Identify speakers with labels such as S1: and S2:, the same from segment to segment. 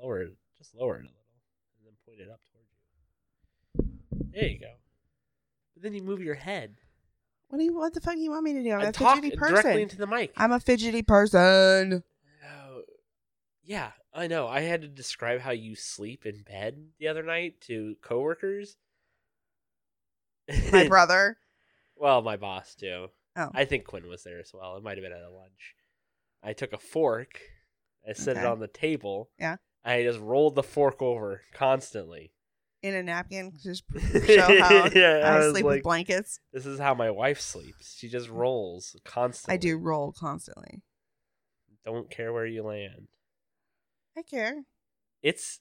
S1: lower it, just lower it a little, and then point it up towards you. There you go. But then you move your head
S2: What do you? What the fuck do you want me to do? I'm
S1: and
S2: Oh, a
S1: talk
S2: fidgety person.
S1: directly into the mic.
S2: I'm a fidgety person.
S1: Oh, yeah, I know. I had to describe how you sleep in bed the other night to coworkers.
S2: My brother.
S1: well, my boss too.
S2: Oh.
S1: I think Quinn was there as well. It might have been at a lunch. I took a fork, I set it
S2: Okay.
S1: on the table.
S2: Yeah.
S1: I just rolled the fork over constantly.
S2: in a napkin just show how
S1: Yeah, I
S2: I,
S1: was
S2: sleep
S1: like-
S2: with blankets.
S1: This is how my wife sleeps. She just rolls constantly.
S2: I do roll constantly.
S1: Don't care where you land.
S2: I care.
S1: It's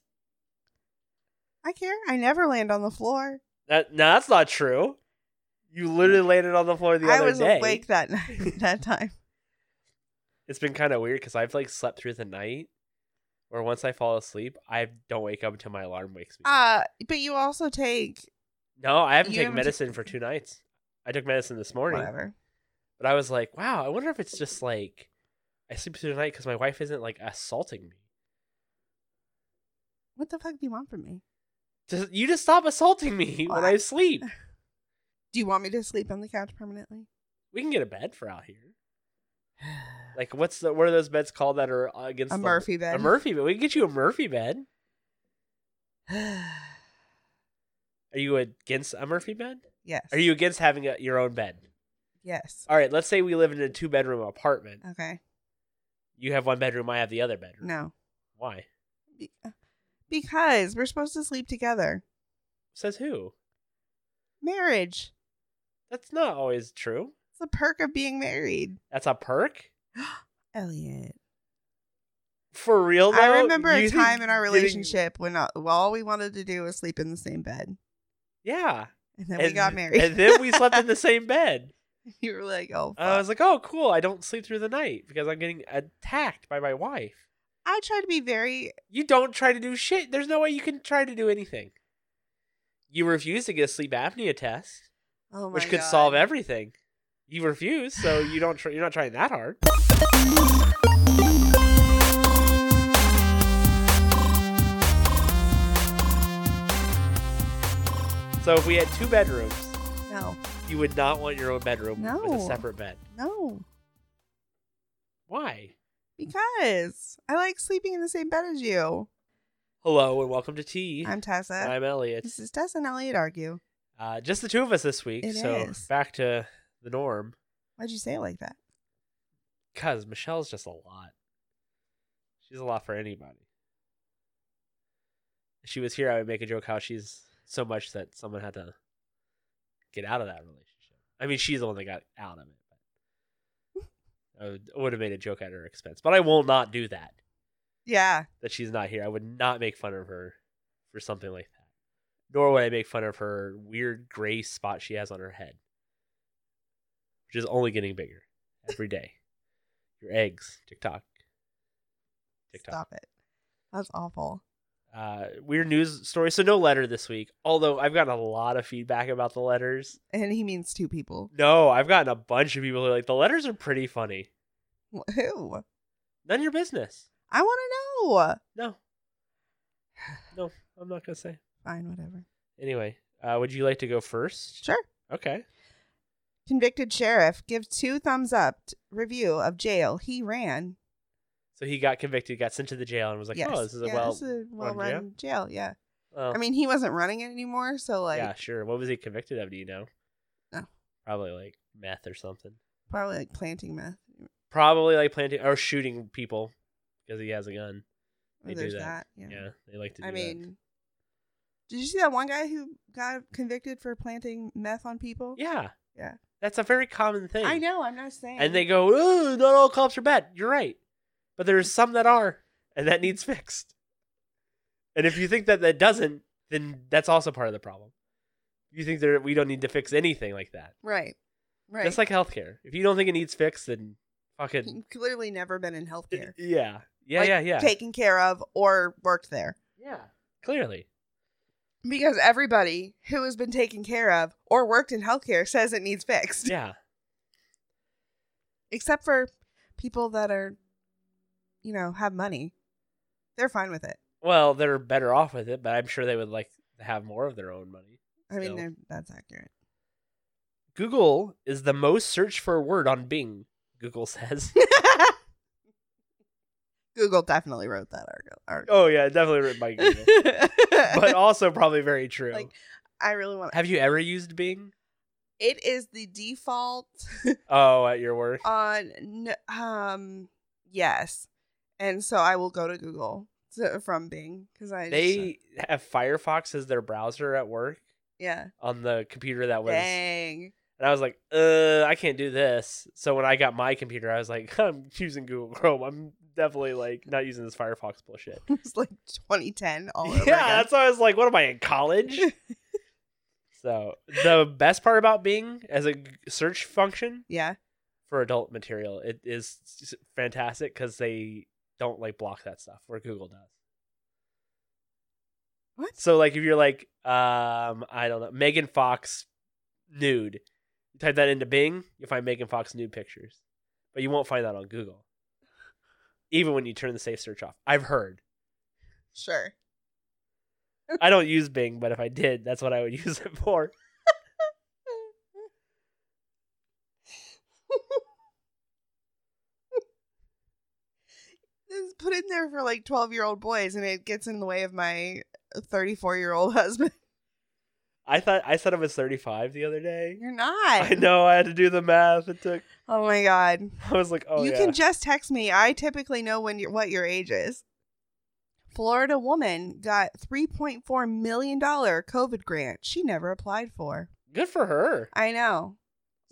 S2: I care. I never land on the floor.
S1: that. No, that's not true. You literally landed on the floor the
S2: I
S1: other
S2: was
S1: day.
S2: awake that night, that time.
S1: It's been kind of weird because I've like slept through the night, or once I fall asleep, I don't wake up until my alarm wakes me. up.
S2: Uh, but you also take
S1: no, I haven't
S2: you
S1: taken
S2: haven't
S1: medicine for two nights. I took medicine this morning,
S2: whatever.
S1: but I was like, wow, I wonder if it's just like I sleep through the night because my wife isn't like assaulting me.
S2: What the fuck do you want from me?
S1: Just, you just stop assaulting me when
S2: Well, I-
S1: I sleep.
S2: Do you want me to sleep on the couch permanently?
S1: We can get a bed for out here. Like, what's the what are those beds called that are uh, against
S2: A
S1: the-
S2: Murphy bed.
S1: A Murphy bed. We can get you a Murphy bed. Are you against a Murphy bed?
S2: yes.
S1: Are you against having a, your own bed?
S2: Yes.
S1: All right. Let's say we live in a two bedroom apartment.
S2: Okay.
S1: You have one bedroom. I have the other bedroom.
S2: No.
S1: Why?
S2: Be- uh, because we're supposed to sleep together.
S1: Says who?
S2: Marriage.
S1: That's not always true.
S2: It's the perk of being married.
S1: That's a perk.
S2: Elliot.
S1: For real, though,
S2: I remember
S1: You
S2: a
S1: think
S2: time in our
S1: getting-
S2: relationship when all, well, all we wanted to do was sleep in the same bed,
S1: yeah,
S2: and then we got married.
S1: and then we slept in the same bed.
S2: you were like, "Oh,
S1: I
S2: fuck.
S1: was like, "Oh, cool! I don't sleep through the night because I'm getting attacked by my wife."
S2: I tried to be very
S1: You don't try to do shit. There's no way you can try to do anything. You refuse to get a sleep apnea test,
S2: oh my
S1: which could
S2: God.
S1: solve everything. You refuse, so you don't. Try, you're not trying that hard. So if we had two bedrooms,
S2: No,
S1: you would not want your own bedroom with
S2: No.
S1: a separate bed.
S2: no,
S1: Why?
S2: because I like sleeping in the same bed as you.
S1: Hello and welcome to Tea.
S2: I'm Tessa.
S1: I'm Elliot.
S2: this is Tessa and Elliot argue.
S1: Uh, just the two of us this week,
S2: It
S1: so
S2: is.
S1: back to the norm.
S2: Why'd you say it like that?
S1: Cause Michelle's just a lot. She's a lot for anybody. If she was here, I would make a joke how she's so much that someone had to get out of that relationship. I mean, she's the one that got out of it. But I would, I would have made a joke at her expense, but I will not do that.
S2: Yeah,
S1: That she's not here, I would not make fun of her for something like that. Nor would I make fun of her weird gray spot she has on her head, which is only getting bigger every day. Your eggs, TikTok, TikTok.
S2: stop it. That's awful.
S1: Uh, weird news story. So no letter this week. Although I've gotten a lot of feedback about the letters.
S2: And he means two people.
S1: No, I've gotten a bunch of people who are like the letters are pretty funny.
S2: Who?
S1: None of your business.
S2: I want
S1: No, no, I'm not gonna say.
S2: to know. Fine, whatever.
S1: Anyway, uh, would you like to go first?
S2: Sure.
S1: Okay.
S2: Convicted sheriff give two thumbs up t- review of jail he ran.
S1: So he got convicted, got sent to the jail, and was like,
S2: yes.
S1: "Oh, this is a
S2: yeah,
S1: well."
S2: this is a well
S1: run
S2: run
S1: jail.
S2: jail. Yeah.
S1: oh,
S2: I mean, he wasn't running it anymore, so like Oh.
S1: yeah, sure. What was he convicted of? Do you know?
S2: No.
S1: Probably like meth or something.
S2: probably like planting meth.
S1: Probably like planting or shooting people because he has a gun. They do
S2: There's
S1: that.
S2: Yeah.
S1: Yeah, they like to. Do
S2: I
S1: that.
S2: mean, did you see that one guy who got convicted for planting meth on people?
S1: yeah,
S2: Yeah.
S1: That's a very common thing.
S2: I know. I'm not saying.
S1: And they go, "Oh, not all cops are bad." You're right, but there's some that are, and that needs fixed. And if you think that that doesn't, then that's also part of the problem. You think that we don't need to fix anything like that.
S2: right, right.
S1: Just like healthcare. If you don't think it needs fixed, then
S2: He'd
S1: fucking
S2: clearly never been in healthcare.
S1: yeah, yeah,
S2: Like,
S1: yeah, yeah,
S2: Taken care of or worked there
S1: yeah. Clearly,
S2: because everybody who has been taken care of or worked in healthcare says it needs fixed,
S1: yeah,
S2: except for people that are, you know, have money. They're fine with it.
S1: Well, they're better off with it, but I'm sure they would like to have more of their own money.
S2: I mean,
S1: No.
S2: they're that's accurate.
S1: Google is the most searched for word on Bing, Google says.
S2: Google definitely wrote that article. article.
S1: oh, yeah, definitely written by Google. but also probably very true.
S2: Like- uh, I really want.
S1: have you ever used Bing?
S2: It is the default
S1: Oh, at your work?
S2: on n- um yes, and so I will go to Google to, from Bing because I just- uh,
S1: they have Firefox as their browser at work
S2: yeah
S1: on the computer that was.
S2: dang
S1: And I was like, uh, I can't do this. So when I got my computer, I was like, I'm using Google Chrome. I'm definitely like not using this Firefox bullshit.
S2: it's like 2010 all
S1: yeah,
S2: over again.
S1: that's why I was like, what am I in college? so the best part about Bing as a g- search function
S2: yeah
S1: for adult material, it is s- fantastic because they don't like block that stuff where Google does.
S2: What?
S1: So like if you're like, um, I don't know, Megan Fox nude, you type that into Bing, you'll find Megan Fox nude pictures, but you won't find that on Google. Even when you turn the safe search off, I've heard.
S2: sure
S1: I don't use Bing, but if I did, that's what I would use it for.
S2: This is put in there for like 12 year old boys and it gets in the way of my 34 year old husband
S1: I thought I said I was 35 the other day.
S2: you're
S1: I
S2: not
S1: know I had to do the math. It took.
S2: oh my god
S1: I was like, oh
S2: you
S1: yeah.
S2: can just text me. I typically know when you're, what your age is. Florida woman got 3.4 million dollar COVID grant she never applied for.
S1: Good for her.
S2: I know.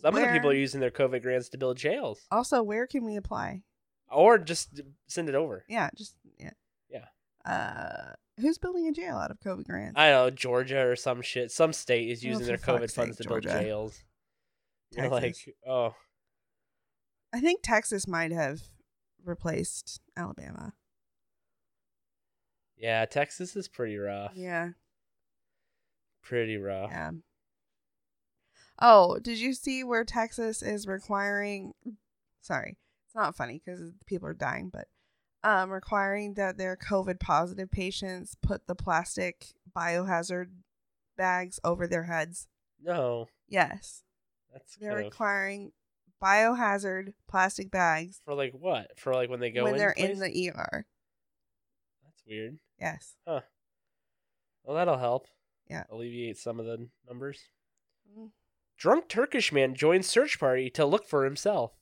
S1: Some of the
S2: Where-
S1: people are using their COVID grants to build jails
S2: Also, where can we apply?
S1: or just send it over.
S2: Yeah, just yeah.
S1: Yeah.
S2: Uh, who's building a jail out of COVID grants?
S1: I don't know, Georgia or some shit. Some state is
S2: Oh,
S1: using their
S2: for
S1: COVID
S2: fuck's
S1: funds
S2: sake,
S1: to build
S2: Georgia.
S1: jails. You're like,
S2: Texas.
S1: oh,
S2: I think Texas might have replaced Alabama.
S1: yeah, Texas is pretty rough.
S2: Yeah.
S1: Pretty rough.
S2: Yeah. Oh, did you see where Texas is requiring? Sorry, it's not funny because people are dying, but um, requiring that their COVID positive patients put the plastic biohazard bags over their heads.
S1: No,
S2: Yes,
S1: that's
S2: they're
S1: kind of-
S2: requiring biohazard plastic bags
S1: for like what? For like when they go
S2: when
S1: in.
S2: they're
S1: place?
S2: in the ER.
S1: That's weird.
S2: Yes.
S1: Well, that'll help.
S2: Yeah.
S1: Alleviate some of the numbers.
S2: Mm.
S1: Drunk Turkish man joins search party to look for himself.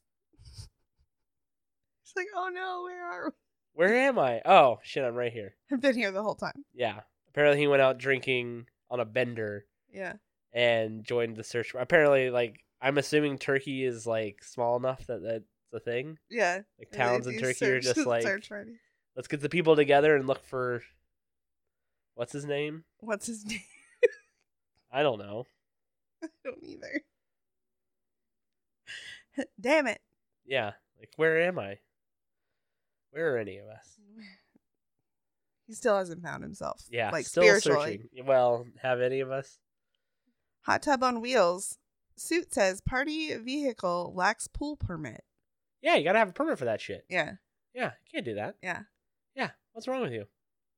S2: It's like, oh no, where are we?
S1: Where am I? Oh shit, I'm right here.
S2: I've been here the whole time.
S1: Yeah. Apparently he went out drinking on a bender
S2: Yeah.
S1: and joined the search. Apparently, like I'm assuming Turkey is like small enough that that's a thing.
S2: Yeah.
S1: Like towns
S2: They
S1: in
S2: do
S1: Turkey are
S2: search-
S1: just like
S2: search parties.
S1: let's get the people together and look for what's his name?
S2: what's his name?
S1: I don't know.
S2: don't either. Damn it.
S1: Yeah. Like where am I? Where are any of us?
S2: He still hasn't found himself.
S1: Yeah.
S2: Like
S1: still
S2: spiritually.
S1: searching. Well, have any of us?
S2: Hot tub on wheels. Suit says party vehicle lacks pool permit.
S1: Yeah, you gotta have a permit for that shit.
S2: Yeah.
S1: Yeah, you can't do that.
S2: Yeah.
S1: Yeah. What's wrong with you?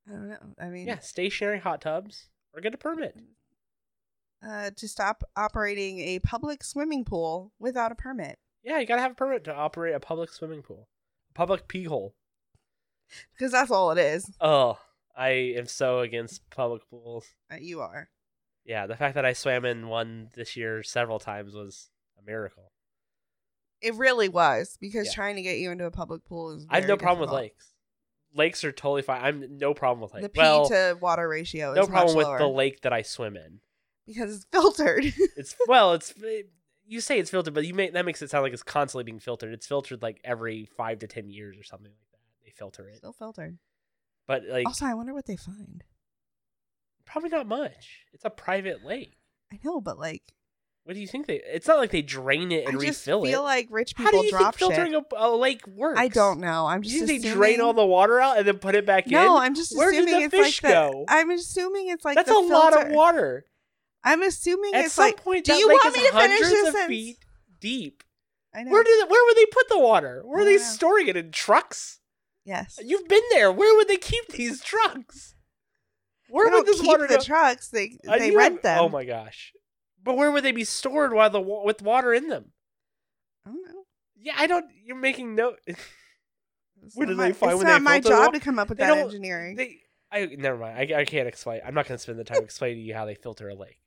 S2: I don't know. I mean
S1: Yeah, stationary hot tubs or get a permit.
S2: uh to stop operating a public swimming pool without a permit.
S1: Yeah, you gotta have a permit to operate a public swimming pool, public pee hole.
S2: Because that's all it is.
S1: Oh, I am so against public pools.
S2: Uh, you are.
S1: Yeah, the fact that I swam in one this year several times was a miracle.
S2: It really was because
S1: Yeah.
S2: trying to get you into a public pool is.
S1: I have no
S2: very
S1: problem with
S2: difficult.
S1: lakes. Lakes are totally fine. I'm no problem with lakes.
S2: the pee
S1: well,
S2: to water ratio. Is
S1: no problem
S2: much
S1: with
S2: lower
S1: the lake that I swim in.
S2: because it's filtered.
S1: It's well, it's you say it's filtered, but you make that makes it sound like it's constantly being filtered. It's filtered like every five to ten years or something like that. They filter it,
S2: Still filtered.
S1: but like
S2: also, I wonder what they find.
S1: probably not much. It's a private lake.
S2: I know, but like,
S1: What do you think they? It's not like they drain it and
S2: I just
S1: refill
S2: feel
S1: it.
S2: like rich people
S1: How do you
S2: drop
S1: think filtering
S2: shit.
S1: a, a lake works?
S2: I don't know. I'm just
S1: You think they
S2: assuming...
S1: drain all the water out and then put it back in?
S2: No, I'm just
S1: Where did
S2: assuming
S1: the
S2: it's
S1: fish
S2: like
S1: go?
S2: The... I'm assuming it's like
S1: That's
S2: the
S1: a lot of
S2: filter.
S1: water.
S2: I'm assuming
S1: At
S2: it's
S1: some
S2: like.
S1: point,
S2: do
S1: that
S2: you
S1: lake
S2: want
S1: is
S2: me to finish
S1: hundreds
S2: this
S1: of
S2: sentence?
S1: feet deep.
S2: I know.
S1: Where do they, where would they put the water? Where
S2: I
S1: are they
S2: don't know.
S1: storing it in trucks?
S2: Yes.
S1: You've been there. Where would they keep these trucks? Where
S2: They
S1: would
S2: don't
S1: this
S2: keep
S1: water
S2: the
S1: go-
S2: trucks. They
S1: I
S2: they
S1: knew
S2: rent
S1: it-
S2: them.
S1: Oh my gosh! But where would they be stored while the wa- with water in them?
S2: I don't know.
S1: Yeah, I don't. You're making no.
S2: It's
S1: Where
S2: not
S1: do they
S2: my-
S1: find
S2: It's
S1: when
S2: not
S1: they
S2: my
S1: filter the
S2: job
S1: wa-
S2: to come up with
S1: They
S2: that
S1: don't-
S2: engineering.
S1: They, I never mind. I, I can't explain. I'm not going to spend the time explaining to you how they filter a lake.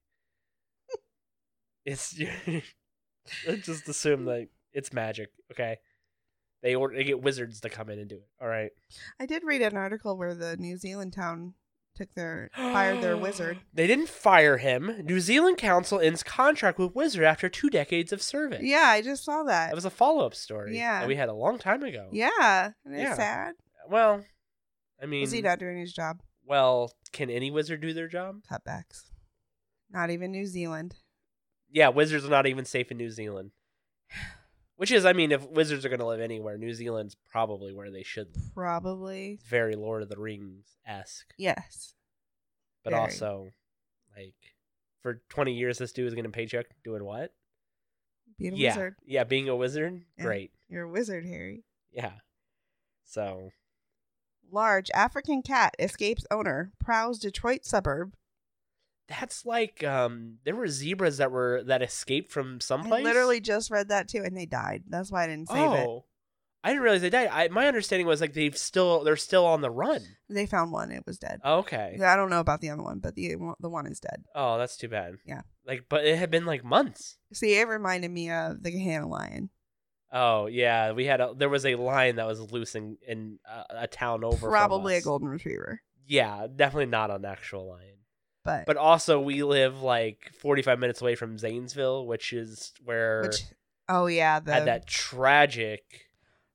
S1: It's let's just assume that it's magic. Okay, they order. They get wizards to come in and do it. All right.
S2: I did read an article where the New Zealand town took their fired their wizard.
S1: They didn't fire him. New Zealand Council ends contract with Wizard after two decades of service.
S2: Yeah, I just saw that.
S1: That was a follow up story
S2: Yeah.
S1: that we had a long time ago.
S2: yeah, and it's
S1: Yeah.
S2: sad.
S1: Well, I mean,
S2: Was he not doing his job?
S1: well, can any wizard do their job?
S2: Cutbacks. Not even New Zealand.
S1: Yeah, wizards are not even safe in New Zealand. Which is, I mean, if wizards are going to live anywhere, New Zealand's probably where they should live.
S2: Probably.
S1: It's very Lord of the Rings esque,
S2: Yes.
S1: but
S2: Very.
S1: also, like, for 20 years, this dude was getting a paycheck doing what?
S2: Being a
S1: yeah.
S2: wizard.
S1: Yeah, being a wizard?
S2: Yeah.
S1: Great.
S2: You're a wizard, Harry.
S1: Yeah. So,
S2: Large African cat escapes owner, prowls Detroit suburb.
S1: that's like, um, there were zebras that were, that escaped from
S2: I
S1: someplace.
S2: literally just read that too, and they died. That's why I didn't save it.
S1: Oh, I didn't realize they died. I, my understanding was like they've still they're still on the run.
S2: They found one; it was dead.
S1: Okay.
S2: I don't know about the other one, but the the one is dead.
S1: Oh, that's too bad.
S2: Yeah.
S1: Like, but it had been like months.
S2: See, it reminded me of the Gehanna lion.
S1: Oh yeah, we had a there was a lion that was loose in, in uh, a town over. from
S2: Probably a
S1: us.
S2: golden retriever,
S1: Yeah, definitely not an actual lion.
S2: but,
S1: But also, we live like 45 minutes away from Zanesville, which is where
S2: which oh yeah, the
S1: had that tragic.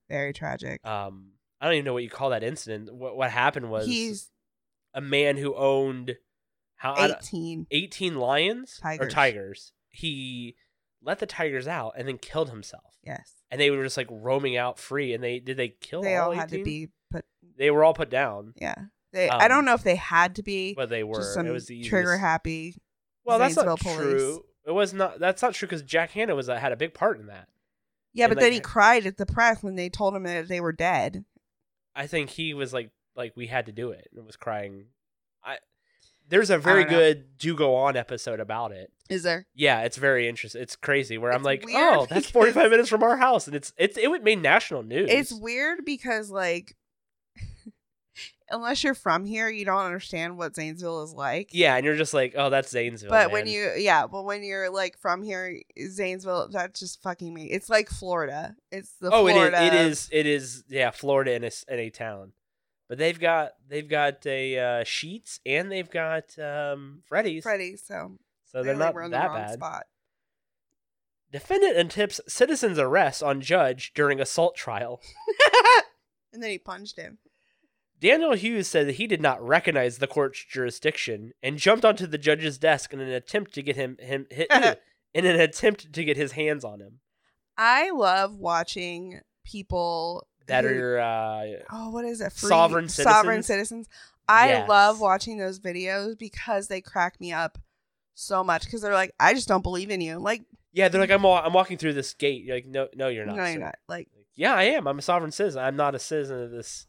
S2: very tragic.
S1: Um, I don't even know what you call that incident. What what happened was
S2: He's
S1: a man who owned how I don't-
S2: eighteen.
S1: 18 lions or
S2: Tigers.
S1: tigers. He let the tigers out and then killed himself.
S2: Yes,
S1: And they were just like roaming out free. And they did they kill
S2: they
S1: all,
S2: all had to
S1: 18?
S2: be put.
S1: They were all put down,
S2: Yeah, they. I
S1: Um,
S2: don't know if they had to be.
S1: but they were.
S2: just some
S1: it was the
S2: trigger
S1: easiest-
S2: happy.
S1: Well, that's not
S2: Zanesville police.
S1: true. It was not. That's not true because Jack Hanna was uh, had a big part in that.
S2: Yeah,
S1: And,
S2: but
S1: like,
S2: then he cried at the press when they told him that they were dead.
S1: I think he was like like we had to do it and was crying. I there's a very
S2: don't know.
S1: good do go on episode about it.
S2: Is there?
S1: Yeah, it's very interesting. It's crazy. Where I'm
S2: It's
S1: like,
S2: weird
S1: oh, that's
S2: because-
S1: 45 minutes from our house, and it's it's it made national news.
S2: It's weird because like unless you're from here, you don't understand what Zanesville is like.
S1: Yeah, and you're just like, oh, that's Zanesville.
S2: But when
S1: man.
S2: you yeah, but when you're like from here, Zanesville, that's just fucking me. It's like Florida. It's the
S1: oh,
S2: Florida.
S1: it is, it is, it is, yeah, Florida in a, s- in a town, but they've got they've got a uh, Sheets and they've got um Freddy's,
S2: Freddie, so
S1: so
S2: they
S1: they're
S2: like
S1: not
S2: were in the
S1: that
S2: wrong
S1: bad.
S2: spot.
S1: Defendant and tips citizen's arrest on judge during assault trial.
S2: and then he punched him.
S1: Daniel Hughes said that he did not recognize the court's jurisdiction and jumped onto the judge's desk in an attempt to get him him hit, in an attempt to get his hands on him.
S2: I love watching people
S1: That
S2: who-
S1: are uh,
S2: oh, what is it? Free,
S1: Sovereign
S2: Sovereign citizens. I
S1: Yes.
S2: love watching those videos because they crack me up so much because they're like, I just don't believe in you. Like,
S1: Yeah, they're like, I'm wa- I'm walking through this gate. You're like, no, no, you're not.
S2: no,
S1: sir."
S2: you're not. Like,
S1: Like, yeah, I am. I'm a sovereign citizen. I'm not a citizen of this.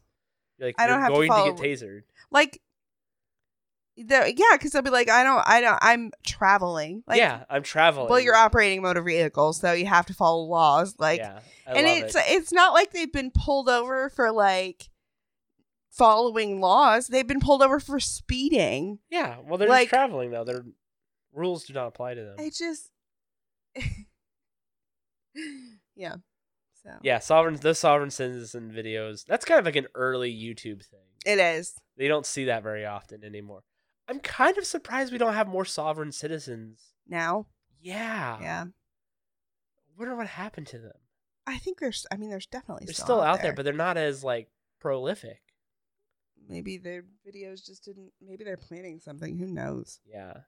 S1: You're like,
S2: I don't
S1: you're
S2: have to
S1: going
S2: follow
S1: get tasered.
S2: like, the yeah, because they'll be like, I don't, I don't, I'm traveling. Like,
S1: yeah, I'm traveling.
S2: Well, you're operating a motor vehicle, so you have to follow laws. Like,
S1: yeah, I
S2: and
S1: love
S2: it's
S1: it.
S2: it's not like they've been pulled over for like following laws. They've been pulled over for speeding.
S1: yeah. Well, they're
S2: like-
S1: just traveling though. Their rules do not apply to them.
S2: I just Yeah. So
S1: yeah, sovereign. Those sovereign citizen videos. That's kind of like an early YouTube thing.
S2: it is.
S1: They don't see that very often anymore. I'm kind of surprised we don't have more sovereign citizens.
S2: Now.
S1: Yeah.
S2: Yeah.
S1: Wonder what happened to them.
S2: I think there's I mean there's definitely
S1: They're
S2: still,
S1: still out there, but they're not as like prolific.
S2: maybe their videos just didn't maybe they're planning something. Who knows?
S1: Yeah. Do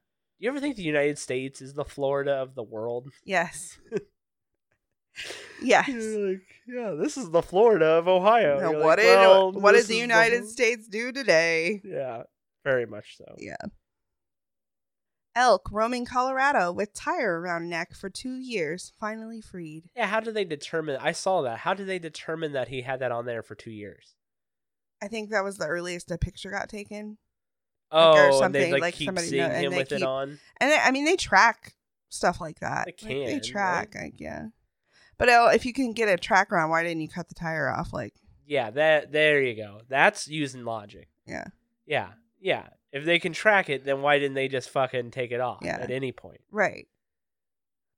S1: you ever think the United States is the Florida of the world?
S2: Yes. yes.
S1: You're like, yeah, this is the Florida of Ohio.
S2: Now,
S1: You're like,
S2: what did
S1: "Well,
S2: what
S1: this
S2: did the
S1: is
S2: United States do today?
S1: Yeah, very much so.
S2: Yeah. Elk roaming Colorado with tire around neck for two years, finally freed.
S1: Yeah, how do they determine? I saw that. How do they determine that he had that on there for two years?
S2: I think that was the earliest a picture got taken.
S1: Oh,
S2: Like, or
S1: and they
S2: something,
S1: like,
S2: like,
S1: keep
S2: somebody
S1: seeing
S2: know- and
S1: him
S2: they
S1: with it
S2: keep-
S1: on.
S2: And I I mean, they track stuff like that.
S1: They
S2: Like,
S1: can, right?
S2: track, like yeah. But oh, if you can get a tracker on, why didn't you cut the tire off? Like,
S1: Yeah, that there you go. That's using logic.
S2: Yeah.
S1: Yeah. Yeah. If they can track it, then why didn't they just fucking take it off
S2: Yeah.
S1: at any point?
S2: right?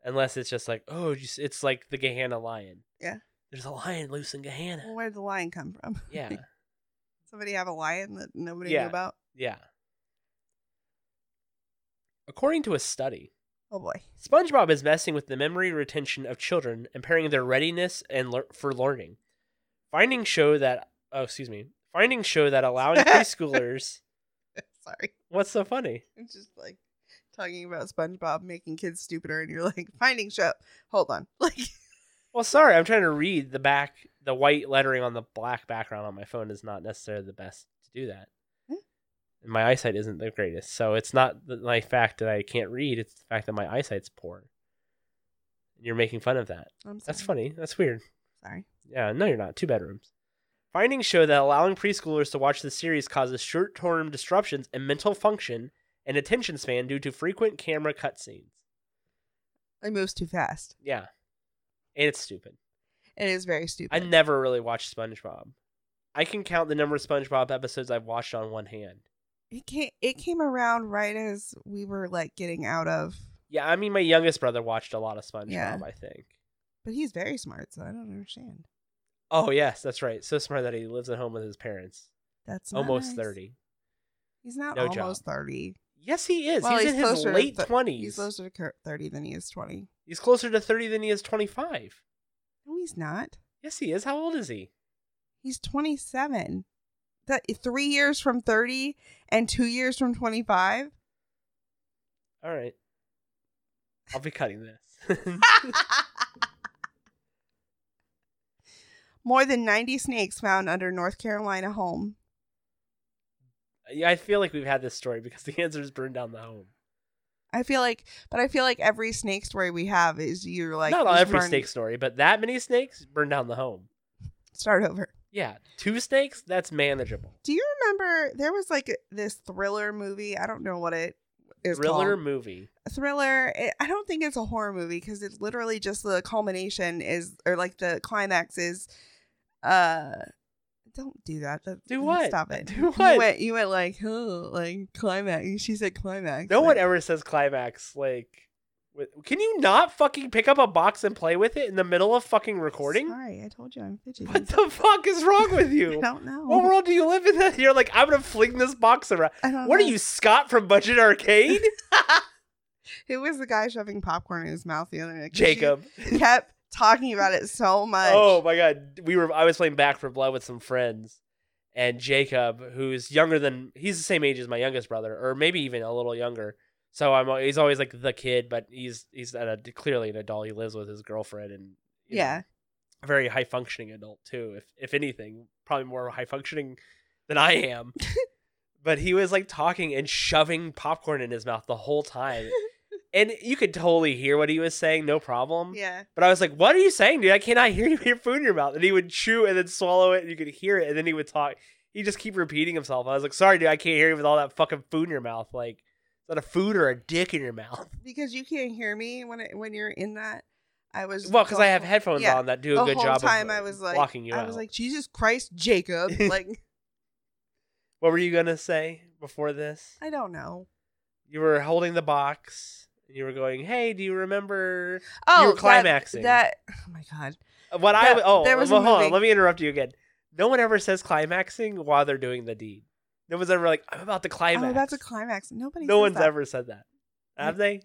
S1: Unless it's just like, oh, you s- it's like the Gehanna lion.
S2: Yeah.
S1: There's a lion loose in
S2: Well,
S1: Gehanna.
S2: where did the lion come from?
S1: Yeah.
S2: Somebody have a lion that nobody
S1: Yeah.
S2: knew about?
S1: Yeah. According to a study,
S2: Oh boy.
S1: SpongeBob is messing with the memory retention of children, impairing their readiness and lear- for learning. Findings show that oh, excuse me. Findings show that allowing preschoolers.
S2: Sorry,
S1: What's so funny?
S2: I'm just like talking about SpongeBob making kids stupider, and you're like finding show. Hold on, like
S1: Well, sorry, I'm trying to read the back. The white lettering on the black background on my phone is not necessarily the best to do that.
S2: Hmm.
S1: And my eyesight isn't the greatest, so it's not the, my fact that I can't read. It's the fact that my eyesight's poor. You're making fun of that.
S2: I'm sorry.
S1: That's funny. That's weird.
S2: Sorry.
S1: Yeah, no, you're not. Two bedrooms. Findings show that allowing preschoolers to watch the series causes short term disruptions in mental function and attention span due to frequent camera cutscenes.
S2: It moves too fast.
S1: Yeah. And it's stupid.
S2: It is very stupid.
S1: I never really watched SpongeBob. I can count the number of SpongeBob episodes I've watched on one hand.
S2: it came. It came around right as we were like getting out of.
S1: Yeah, I mean, my youngest brother watched a lot of SpongeBob,
S2: Yeah.
S1: I think.
S2: But he's very smart, so I don't understand.
S1: Oh, yes, that's right. So smart that he lives at home with his parents.
S2: That's not
S1: Almost
S2: nice.
S1: 30.
S2: He's not
S1: No job.
S2: almost thirty.
S1: Yes, he is.
S2: Well,
S1: he's,
S2: he's
S1: in his
S2: closer to
S1: late
S2: thir-
S1: 20s.
S2: He's closer to cur- thirty than he is twenty.
S1: He's closer to 30 than he is 25.
S2: No, he's not.
S1: Yes, he is. How old is he?
S2: He's twenty seven. That three years from thirty and two years from twenty five.
S1: All right. I'll be cutting this.
S2: More than 90 snakes found under North Carolina home.
S1: Yeah, I feel like we've had this story because the answer is burned down the home.
S2: I feel like, but I feel like every snake story we have is you're like,
S1: Not
S2: just
S1: every
S2: burn-
S1: snake story, but that many snakes burned down the home.
S2: Start over.
S1: Yeah, two snakes, that's manageable.
S2: Do you remember there was like this thriller movie? I don't know what it is
S1: Thriller
S2: called.
S1: movie.
S2: A thriller. It, I don't think it's a horror movie because it's literally just the culmination is, or like the climax is, uh, don't do that. That-
S1: Do what?
S2: Mm, Stop it.
S1: Do
S2: You
S1: what?
S2: went, you went like, oh, like climax. She said climax.
S1: No
S2: like,
S1: one ever says climax. Like, wi- can you not fucking pick up a box and play with it in the middle of fucking recording?
S2: Sorry, I told you I'm fidgety.
S1: What the fuck is wrong with you?
S2: I don't know.
S1: What world do you live in? That you're like, I'm gonna fling this box around.
S2: I don't
S1: What are
S2: know.
S1: you, Scott from Budget Arcade?
S2: Who was the guy shoving popcorn in his mouth the other night? 'Cause
S1: Jacob.
S2: she kept talking about it so much.
S1: Oh my god, we were. I was playing Back for Blood with some friends, and Jacob, who's younger than he's the same age as my youngest brother, or maybe even a little younger. So I'm. al- He's always like the kid, but he's he's an, ad- clearly an adult. He lives with his girlfriend and you know,
S2: yeah.
S1: a very high functioning adult too. If if anything, probably more high functioning than I am. but he was like talking and shoving popcorn in his mouth the whole time. And you could totally hear what he was saying, no problem.
S2: Yeah.
S1: But I was like, "What are you saying, dude? I cannot hear you your food in your mouth." And he would chew and then swallow it, and you could hear it, and then he would talk. He just keep repeating himself. I was like, "Sorry, dude, I can't hear you with all that fucking food in your mouth. Like, is that a food or a dick in your mouth?"
S2: Because you can't hear me when it, when you're in that. I was
S1: Well, because I have
S2: the
S1: headphones
S2: yeah,
S1: on that do
S2: whole-
S1: a good
S2: the whole
S1: job
S2: time
S1: of
S2: I was like
S1: blocking you
S2: I
S1: out.
S2: was like Jesus Christ, Jacob. like
S1: what were you gonna say before this?
S2: I don't know.
S1: You were holding the box. and You were going, "Hey, do you remember
S2: Oh,
S1: were
S2: that-
S1: climaxing.
S2: That, oh my god.
S1: what I?"
S2: That-
S1: Oh,
S2: there was a
S1: well, hold on.
S2: movie.
S1: Let me interrupt you again. No one ever says climaxing while they're doing the deed. No one's ever like, "I'm about to climax."
S2: Oh, that's a climax. Nobody.
S1: no
S2: says
S1: one's
S2: that.
S1: ever said that, have they?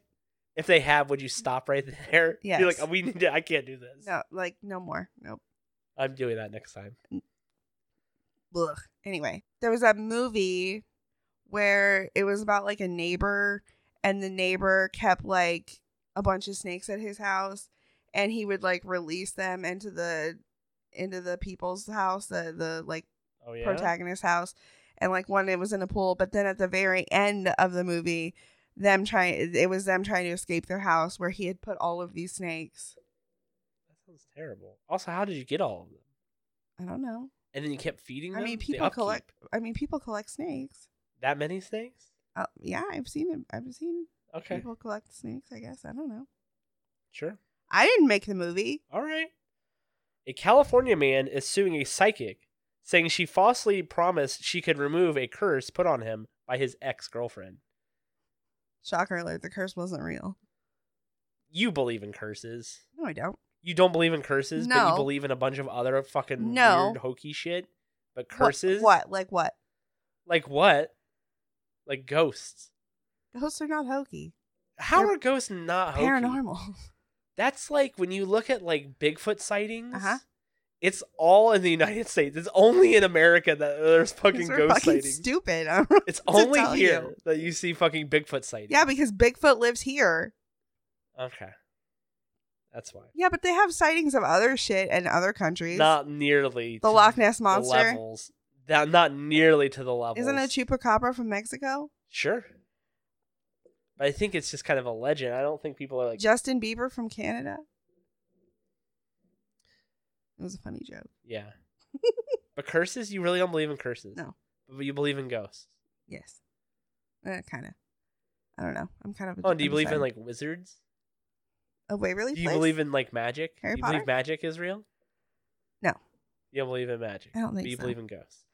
S1: If they have, would you stop right there? You're like,
S2: Yes.
S1: we need to. I can't do this.
S2: No, like no more. Nope.
S1: I'm doing that next time.
S2: Ugh. Anyway, there was a movie where it was about like a neighbor, and the neighbor kept like a bunch of snakes at his house, and he would like release them into the into the people's house, the the like
S1: Oh yeah.
S2: protagonist's house, and like one it was in a pool. But then at the very end of the movie, them trying it was them trying to escape their house where he had put all of these snakes.
S1: That sounds terrible. Also, how did you get all of them?
S2: I don't know.
S1: and then you kept feeding
S2: I
S1: them.
S2: mean,
S1: the
S2: people
S1: upkeep.
S2: collect. I mean, people collect snakes.
S1: that many snakes.
S2: Uh, yeah, I've seen it. I've seen
S1: Okay,
S2: people collect snakes. I guess I don't know.
S1: sure.
S2: I didn't make the movie.
S1: All right. A California man is suing a psychic, saying she falsely promised she could remove a curse put on him by his ex girlfriend.
S2: Shocker alert: the curse wasn't real.
S1: You believe in curses.
S2: No, I don't.
S1: You don't believe in curses, but you
S2: No.
S1: believe in a bunch of other fucking
S2: No.
S1: weird hokey shit. But
S2: What-
S1: curses?
S2: What? Like what?
S1: Like what? Like ghosts.
S2: Ghosts are not hokey.
S1: How
S2: They're
S1: are ghosts not hokey?
S2: Paranormal.
S1: That's like when you look at like Bigfoot sightings.
S2: Uh-huh.
S1: It's all in the United States. It's only in America that there's fucking
S2: Because we're
S1: ghost
S2: fucking
S1: sightings.
S2: stupid.
S1: It's
S2: to
S1: only
S2: tell
S1: here
S2: you.
S1: that you see fucking Bigfoot sightings.
S2: yeah, because Bigfoot lives here.
S1: okay, that's why.
S2: Yeah, but they have sightings of other shit in other countries.
S1: Not nearly
S2: the
S1: to
S2: Loch Ness
S1: the
S2: monster.
S1: levels. That not nearly to the levels.
S2: Isn't a chupacabra from Mexico?
S1: Sure, but I think it's just kind of a legend. I don't think people are like,
S2: Justin Bieber from Canada. It was a funny joke.
S1: yeah. but curses, you really don't believe in curses.
S2: No.
S1: but you believe in ghosts.
S2: Yes. Uh, kind of. I don't know. I'm kind of.
S1: Oh, and do you believe in
S2: undecided.
S1: like wizards?
S2: a Waverly
S1: Do
S2: Place?
S1: you believe in like magic?
S2: Harry
S1: do you believe
S2: Potter?
S1: magic is real?
S2: No.
S1: You don't believe in magic.
S2: I don't
S1: but
S2: think
S1: you
S2: so.
S1: believe in ghosts.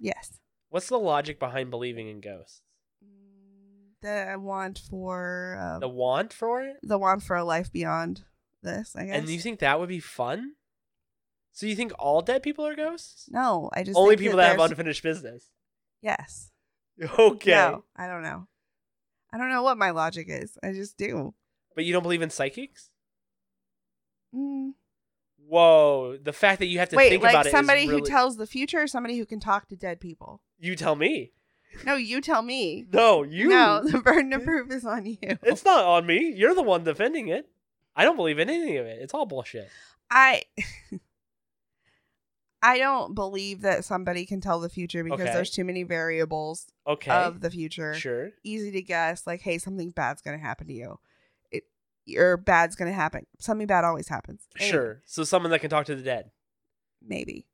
S2: Yes.
S1: What's the logic behind believing in ghosts?
S2: Mm, The wand for uh,
S1: The
S2: the-,
S1: want for it?
S2: wand for a life beyond this. I guess.
S1: And you think that would be fun? So you think all dead people are ghosts?
S2: no, I just
S1: Only
S2: think
S1: people that have
S2: there's-
S1: unfinished business.
S2: yes.
S1: Okay.
S2: No, I don't know. I don't know what my logic is. I just do.
S1: But you don't believe in psychics?
S2: Mm.
S1: Whoa. The fact that you have to
S2: Wait,
S1: think about
S2: like
S1: it is
S2: somebody who
S1: really-
S2: tells the future, or somebody who can talk to dead people.
S1: You tell me.
S2: No, you tell me.
S1: No, you
S2: No, the burden of proof is on you.
S1: It's not on me. You're the one defending it. I don't believe in any of it. It's all bullshit.
S2: I. I don't believe that somebody can tell the future because
S1: Okay.
S2: there's too many variables
S1: Okay.
S2: of the future.
S1: sure.
S2: Easy to guess, like, hey, something bad's gonna happen to you, it, or bad's gonna happen. Something bad always happens. Anyway.
S1: Sure. So someone that can talk to the dead.
S2: maybe.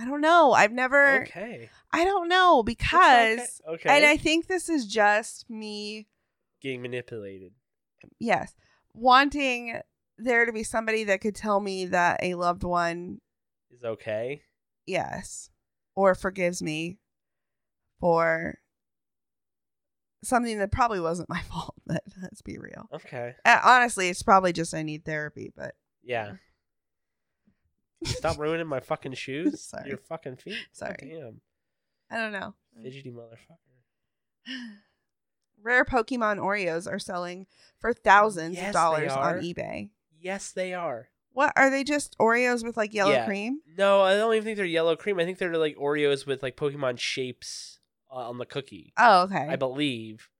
S2: I don't know. I've never.
S1: Okay.
S2: I don't know because,
S1: That's okay. okay.
S2: and I think this is just me.
S1: getting manipulated.
S2: Yes, wanting there to be somebody that could tell me that a loved one,
S1: Is okay.
S2: yes, or forgives me for something that probably wasn't my fault. But let's be real.
S1: Okay.
S2: Uh, honestly, it's probably just I need therapy. But
S1: Yeah. Stop ruining my fucking shoes.
S2: Sorry.
S1: Your fucking feet.
S2: Sorry. Mm.
S1: Damn.
S2: I don't know.
S1: Fidgety motherfucker.
S2: Rare Pokemon Oreos are selling for thousands
S1: Yes, they
S2: of dollars on
S1: are.
S2: eBay.
S1: Yes, they are.
S2: What are they? Just Oreos with like yellow
S1: Yeah.
S2: cream?
S1: No, I don't even think they're yellow cream. I think they're like Oreos with like Pokemon shapes uh, on the cookie.
S2: Oh, okay.
S1: I believe.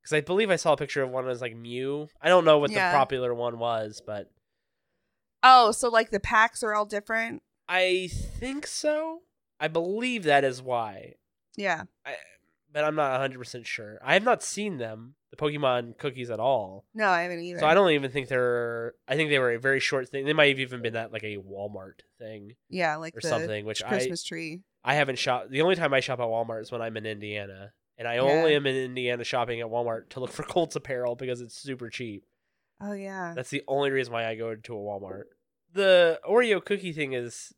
S1: Because I believe I saw a picture of one that was like Mew. I don't know what
S2: Yeah.
S1: the popular one was, but
S2: Oh, so like the packs are all different?
S1: I think so. I believe that is why.
S2: Yeah.
S1: but I'm not 100% sure. I have not seen them, the Pokemon cookies at all.
S2: No, I haven't either.
S1: So I don't even think they're I think they were a very short thing. They might have even been that like a Walmart thing
S2: Yeah, like
S1: or
S2: the
S1: something, which
S2: Christmas tree.
S1: I I haven't shop The only time I shop at Walmart is when I'm in Indiana, and I only
S2: Yeah.
S1: am in Indiana shopping at Walmart to look for Colts apparel because it's super cheap.
S2: Oh yeah.
S1: That's the only reason why I go to a Walmart. The Oreo cookie thing is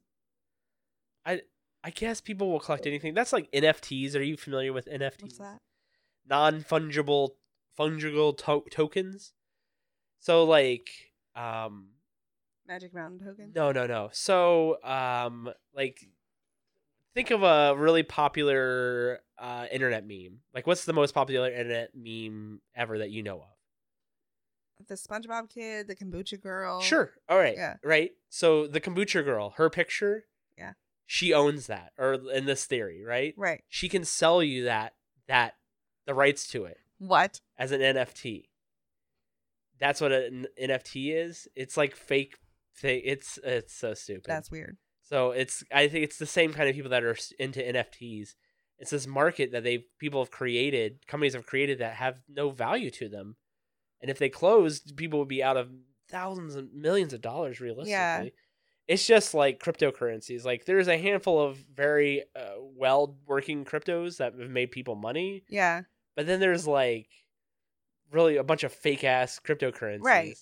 S1: I I guess people will collect anything. That's like NFTs. Are you familiar with NFTs?
S2: What's that?
S1: non fungible fungible to- tokens. So like um
S2: Magic Mountain token?
S1: no no no. So um like think of a really popular uh internet meme. Like what's the most popular internet meme ever that you know of?
S2: The SpongeBob kid, the kombucha girl.
S1: Sure. All right.
S2: Oh, Yeah.
S1: Right. So the kombucha girl, her picture.
S2: Yeah.
S1: She owns that, or in this theory, right?
S2: Right.
S1: She can sell you that that the rights to it
S2: What?
S1: as an NFT. That's what an NFT is. It's like fake thing. It's it's so stupid.
S2: That's weird.
S1: so it's I think it's the same kind of people that are s- into NFTs. It's this market that they people have created, companies have created that have no value to them, and if they closed, people would be out of thousands and millions of dollars realistically. it's just like cryptocurrencies. Like there's a handful of very uh, well working cryptos that have made people money,
S2: Yeah.
S1: but then there's like really a bunch of fake ass cryptocurrencies
S2: Right.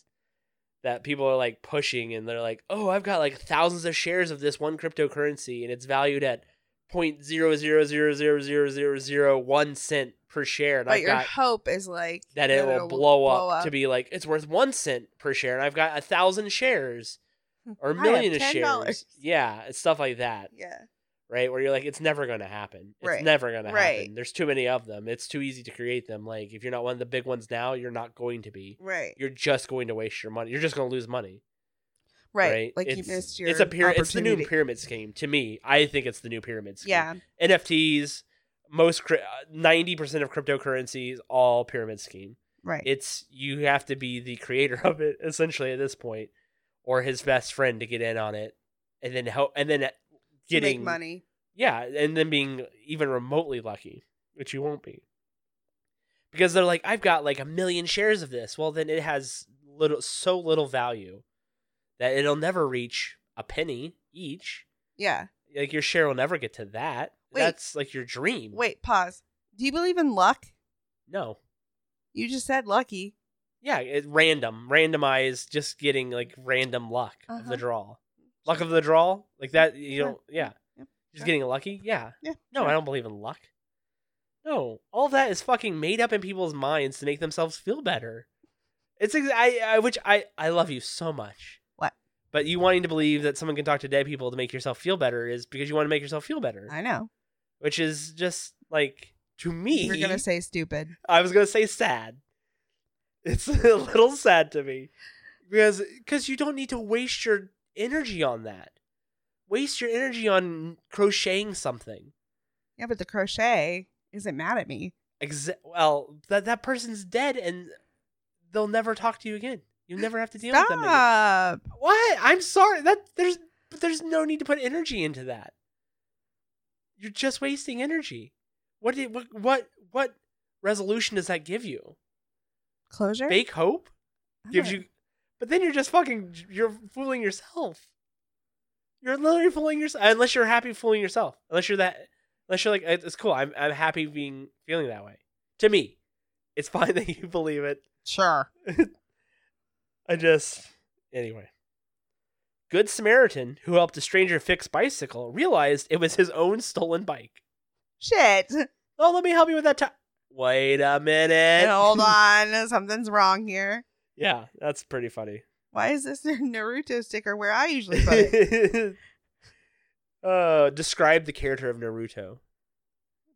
S1: that people are like pushing and they're like, "Oh, I've got like thousands of shares of this one cryptocurrency and it's valued at 0.00000001 cent per share and
S2: But
S1: I've
S2: your
S1: got
S2: hope is like
S1: that it will blow up, to be like it's worth one cent per share, and I've got a thousand shares or a
S2: I have
S1: million Hmm, of
S2: $10.
S1: shares. Yeah, it's stuff like that,
S2: Yeah.
S1: right? Where you're like, it's never going to happen. It's
S2: Right.
S1: never going to happen.
S2: Right.
S1: There's too many of them. It's too easy to create them. Like if you're not one of the big ones now, you're not going to be.
S2: Right.
S1: You're just going to waste your money. You're just going to lose money,
S2: right.
S1: right?
S2: Like
S1: it's,
S2: you missed your
S1: It's a pyra- It's the new
S2: opportunity.
S1: pyramid scheme to me. I think it's the new pyramid scheme.
S2: Yeah.
S1: NFTs. Most uh, ninety percent of cryptocurrencies all pyramid scheme
S2: Right.
S1: it's you have to be the creator of it essentially at this point or his best friend to get in on it and then help and then
S2: To
S1: getting
S2: make money.
S1: yeah and then being even remotely lucky which you won't be because they're like i've got like a million shares of this well then it has little so little value that it'll never reach a penny each
S2: Yeah.
S1: like your share will never get to that
S2: Wait.
S1: that's like your dream
S2: Wait, pause. Do you believe in luck?
S1: no
S2: You just said lucky.
S1: Yeah, it, random, randomized, just getting like random luck of
S2: Uh-huh.
S1: the draw, luck of the draw, like that. You
S2: Sure.
S1: don't, yeah,
S2: Yep.
S1: just
S2: Sure.
S1: getting lucky. Yeah,
S2: Yeah.
S1: no, I don't believe in luck. No, all that is fucking made up in people's minds to make themselves feel better. It's ex- I, I which I I love you so much.
S2: What?
S1: But you wanting to believe that someone can talk to dead people to make yourself feel better is because you want to make yourself feel better,
S2: I know.
S1: which is just like to me.
S2: You're gonna say stupid.
S1: I was gonna say sad. It's a little sad to me because because you don't need to waste your energy on that. Waste your energy on crocheting something.
S2: Yeah, but the crochet isn't mad at me.
S1: Exa- well, that that person's dead and they'll never talk to you again. You never have to deal with them. Again.
S2: Stop.
S1: What? I'm sorry. That there's but there's no need to put energy into that. You're just wasting energy. What did what what what resolution does that give you?
S2: Closure
S1: Fake hope.
S2: I
S1: gives
S2: don't-
S1: you but then you're just fucking you're fooling yourself you're literally fooling yourself unless you're happy fooling yourself unless you're that unless you're like "It- it's cool i'm, I'm happy being feeling that way to me it's fine that you believe it
S2: Sure.
S1: i just anyway good samaritan who helped a stranger fix bicycle realized it was his own stolen bike
S2: Shit.
S1: oh let me help you with that ti wait a minute
S2: Hold on. Something's wrong here.
S1: yeah that's pretty funny
S2: Why is this a Naruto sticker where I usually put it?
S1: uh, describe the character of Naruto.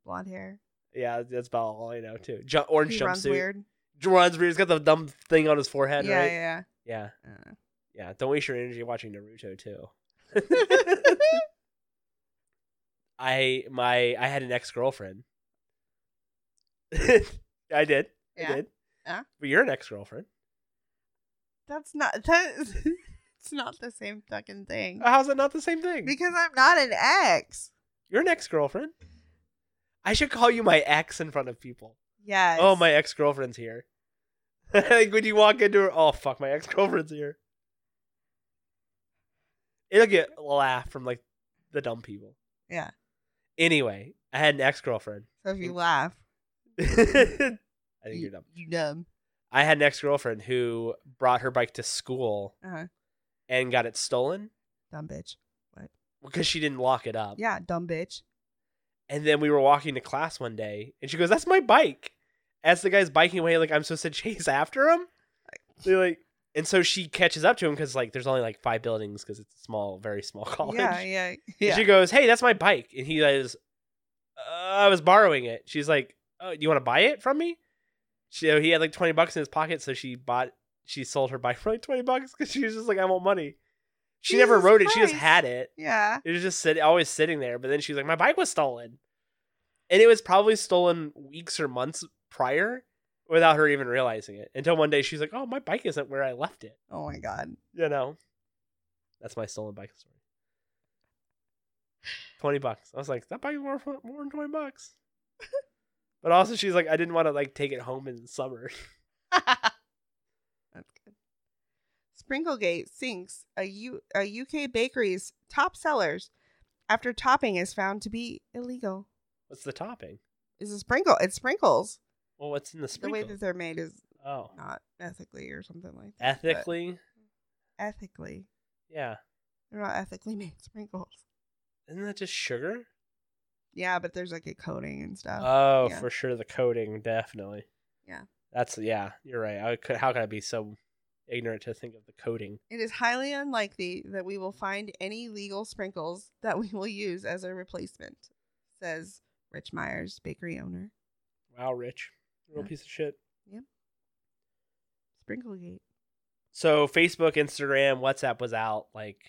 S2: Blonde hair.
S1: Yeah, that's about all I know too. Ju- orange
S2: He
S1: jumpsuit.
S2: runs weird.
S1: Runs weird. He's got the dumb thing on his
S2: Yeah,
S1: forehead, right?
S2: yeah,
S1: Yeah.
S2: yeah. Uh,
S1: yeah. Don't waste your energy watching Naruto too. I my I had an ex girlfriend. I did. I
S2: Yeah.
S1: did.
S2: Yeah.
S1: But you're an ex girlfriend.
S2: That's not that. it's not the same fucking thing.
S1: How's that not the same thing?
S2: Because I'm not an ex.
S1: You're an ex girlfriend. I should call you my ex in front of people.
S2: Yes.
S1: Oh, my ex girlfriend's here. like when you walk into her, oh fuck, my ex girlfriend's here. It'll get a laugh from like the dumb people.
S2: Yeah.
S1: Anyway, I had an ex girlfriend.
S2: So if you laugh,
S1: I think
S2: you,
S1: you're dumb.
S2: you dumb.
S1: I had an ex girlfriend who brought her bike to school
S2: Uh-huh.
S1: and got it stolen
S2: Dumb bitch.
S1: because she didn't lock it up.
S2: Yeah, dumb bitch.
S1: And then we were walking to class one day, and she goes, "That's my bike." As the guy's biking away, like I'm supposed to chase after him. They're like, and so she catches up to him because like there's only like five buildings because it's a small, very small college.
S2: Yeah, yeah,
S1: And
S2: yeah.
S1: she goes, "Hey, that's my bike," and he goes, uh, "I was borrowing it." She's like, "Oh, you want to buy it from me?" So he had like twenty bucks in his pocket, so she bought, she sold her bike for like twenty bucks because she was just like, "I want money." She never
S2: Jesus
S1: rode it; she just
S2: Christ.
S1: had it.
S2: yeah.
S1: It was just sit- always sitting there. But then she's like, my bike was stolen. And it was probably stolen weeks or months prior without her even realizing it. Until one day she's like, oh, my bike isn't where I left it.
S2: Oh my god.
S1: You know? That's my stolen bike story. 20 bucks. I was like, that bike is worth more than 20 bucks. but also she's like, I didn't want to like take it home in the summer.
S2: That's good. Sprinklegate sinks a, U- a UK bakery's top sellers after topping is found to be illegal.
S1: What's the topping?
S2: Is a sprinkle? It sprinkles.
S1: Well, what's in the
S2: The
S1: sprinkle?
S2: way that they're made is
S1: oh,
S2: not ethically or something like that. but
S1: ethically,
S2: Ethically.
S1: yeah.
S2: They're not ethically made sprinkles.
S1: Isn't that just sugar?
S2: Yeah, but there's like a coating and stuff.
S1: Oh,
S2: yeah.
S1: for sure, the coding definitely.
S2: Yeah.
S1: That's yeah. You're right. I could. How could I be so ignorant to think of the coding?
S2: It is highly unlikely that we will find any legal sprinkles that we will use as a replacement, says Rich Myers, bakery owner.
S1: Wow, Rich, real
S2: Yeah.
S1: piece of shit.
S2: Sprinklegate.
S1: So Facebook, Instagram, WhatsApp was out like,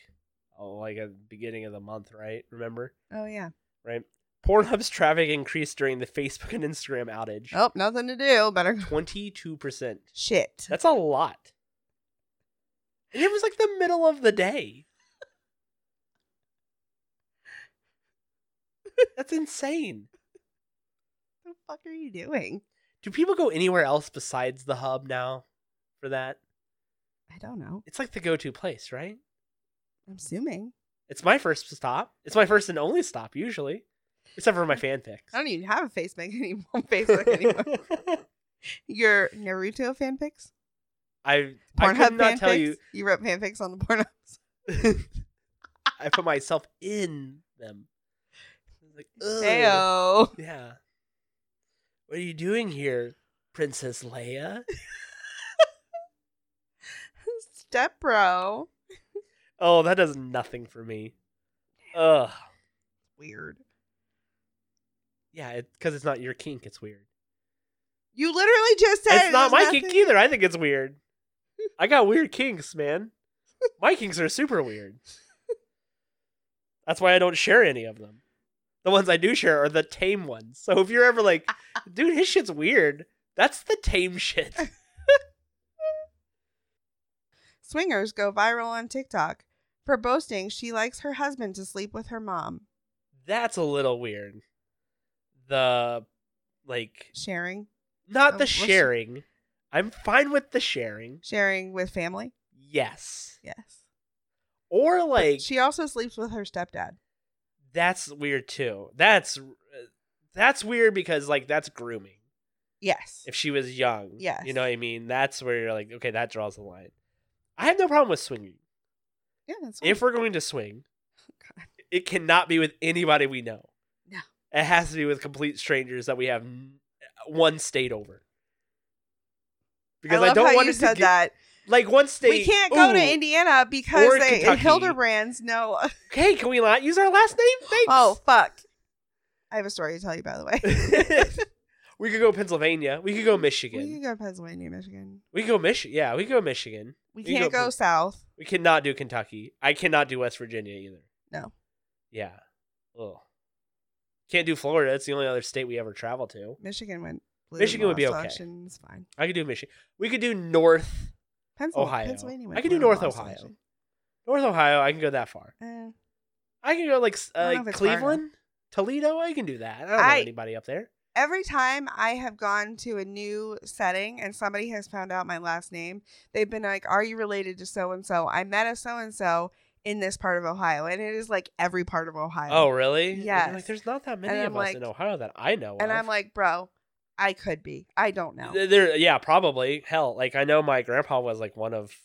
S1: oh, like at the beginning of the month, right? Remember,
S2: Oh, yeah.
S1: right? Pornhub's traffic increased during the Facebook and Instagram outage.
S2: Oh, nothing to do. Better go.
S1: Twenty-two percent.
S2: Shit.
S1: That's a lot. And it was like the middle of the day. That's insane.
S2: What the fuck are you doing?
S1: Do people go anywhere else besides the hub now for that?
S2: I don't know.
S1: It's like the go to place, right?
S2: I'm assuming.
S1: It's my first stop. It's my first and only stop, usually, except for my fan pics.
S2: I don't even have a Facebook anymore. Facebook anymore. Your Naruto fanfics?
S1: I, I could
S2: Pornhub fanfics?
S1: not tell you.
S2: You wrote fanfics on the Pornhub.
S1: I put myself in them. Like, ugh.
S2: Heyo.
S1: Yeah. What are you doing here, Princess Leia?
S2: Step bro.
S1: Oh, that does nothing for me. Ugh.
S2: Weird.
S1: Yeah, because it's not your kink. It's weird.
S2: You literally just said
S1: it's not
S2: there's
S1: my
S2: nothing-
S1: kink either. I think it's weird. I got weird kinks, man. My kinks are super weird. That's why I don't share any of them. The ones I do share are the tame ones. So if you're ever like, dude, his shit's weird, that's the tame shit.
S2: Swingers go viral on TikTok for boasting she likes her husband to sleep with her mom.
S1: That's a little weird. The, like,
S2: Sharing.
S1: Not
S2: Oh,
S1: the
S2: what's-
S1: sharing. I'm fine with the sharing.
S2: Sharing with family.
S1: Yes.
S2: Yes.
S1: Or like
S2: She also sleeps with her stepdad.
S1: that's weird too. That's uh, that's weird because like that's grooming.
S2: Yes.
S1: If she was young,
S2: Yes.
S1: you know what I mean. That's where you're like, okay, that draws the line. I have no problem with swinging.
S2: Yeah, that's
S1: If we're going to swing,
S2: God.
S1: it cannot be with anybody we know.
S2: No.
S1: It has to be with complete strangers that we have n- uh, one state over. Because I,
S2: love
S1: don't
S2: how
S1: want
S2: you
S1: it to
S2: said
S1: get-
S2: that.
S1: Like one state.
S2: we can't go
S1: ooh,
S2: to Indiana because
S1: Or
S2: they
S1: Kentucky.
S2: Hildebrands no
S1: Hey, can we not use our last name? Thanks.
S2: Oh fuck. I have a story to tell you by the way.
S1: we could go Pennsylvania. We could go Michigan.
S2: we can go to Pennsylvania, Michigan.
S1: We could go Michigan. Yeah, we could go Michigan.
S2: We
S1: You can
S2: can't
S1: go
S2: go
S1: Pen-
S2: south.
S1: We cannot do Kentucky. I cannot do West Virginia either.
S2: No.
S1: Yeah. Ugh. Can't do Florida. It's the only other state we ever travel to.
S2: Michigan went blue
S1: Michigan would be
S2: last
S1: okay.
S2: Election. It's fine.
S1: I could do Michigan. We could do North
S2: Pennsylvania,
S1: Ohio.
S2: Pennsylvania
S1: I
S2: went
S1: could do
S2: blue
S1: North
S2: last
S1: Ohio.
S2: election.
S1: North Ohio. I can go that far.
S2: Eh.
S1: I can go like s-
S2: I don't know
S1: uh,
S2: if it's far enough.
S1: Cleveland, Toledo. I can do that. I don't
S2: I-
S1: know anybody up there.
S2: every time I have gone to a new setting and somebody has found out my last name, they've been like, Are you related to so and so? I met a so and so in this part of Ohio. And it is like every part of Ohio.
S1: Oh, really? And you're
S2: Yes.
S1: Like, there's not that many
S2: And
S1: of
S2: I'm
S1: us
S2: like-
S1: in Ohio that I know.
S2: and
S1: of.
S2: I'm like, Bro, I could be. I don't know.
S1: Th- There, yeah, probably. Hell, like I know my grandpa was like one of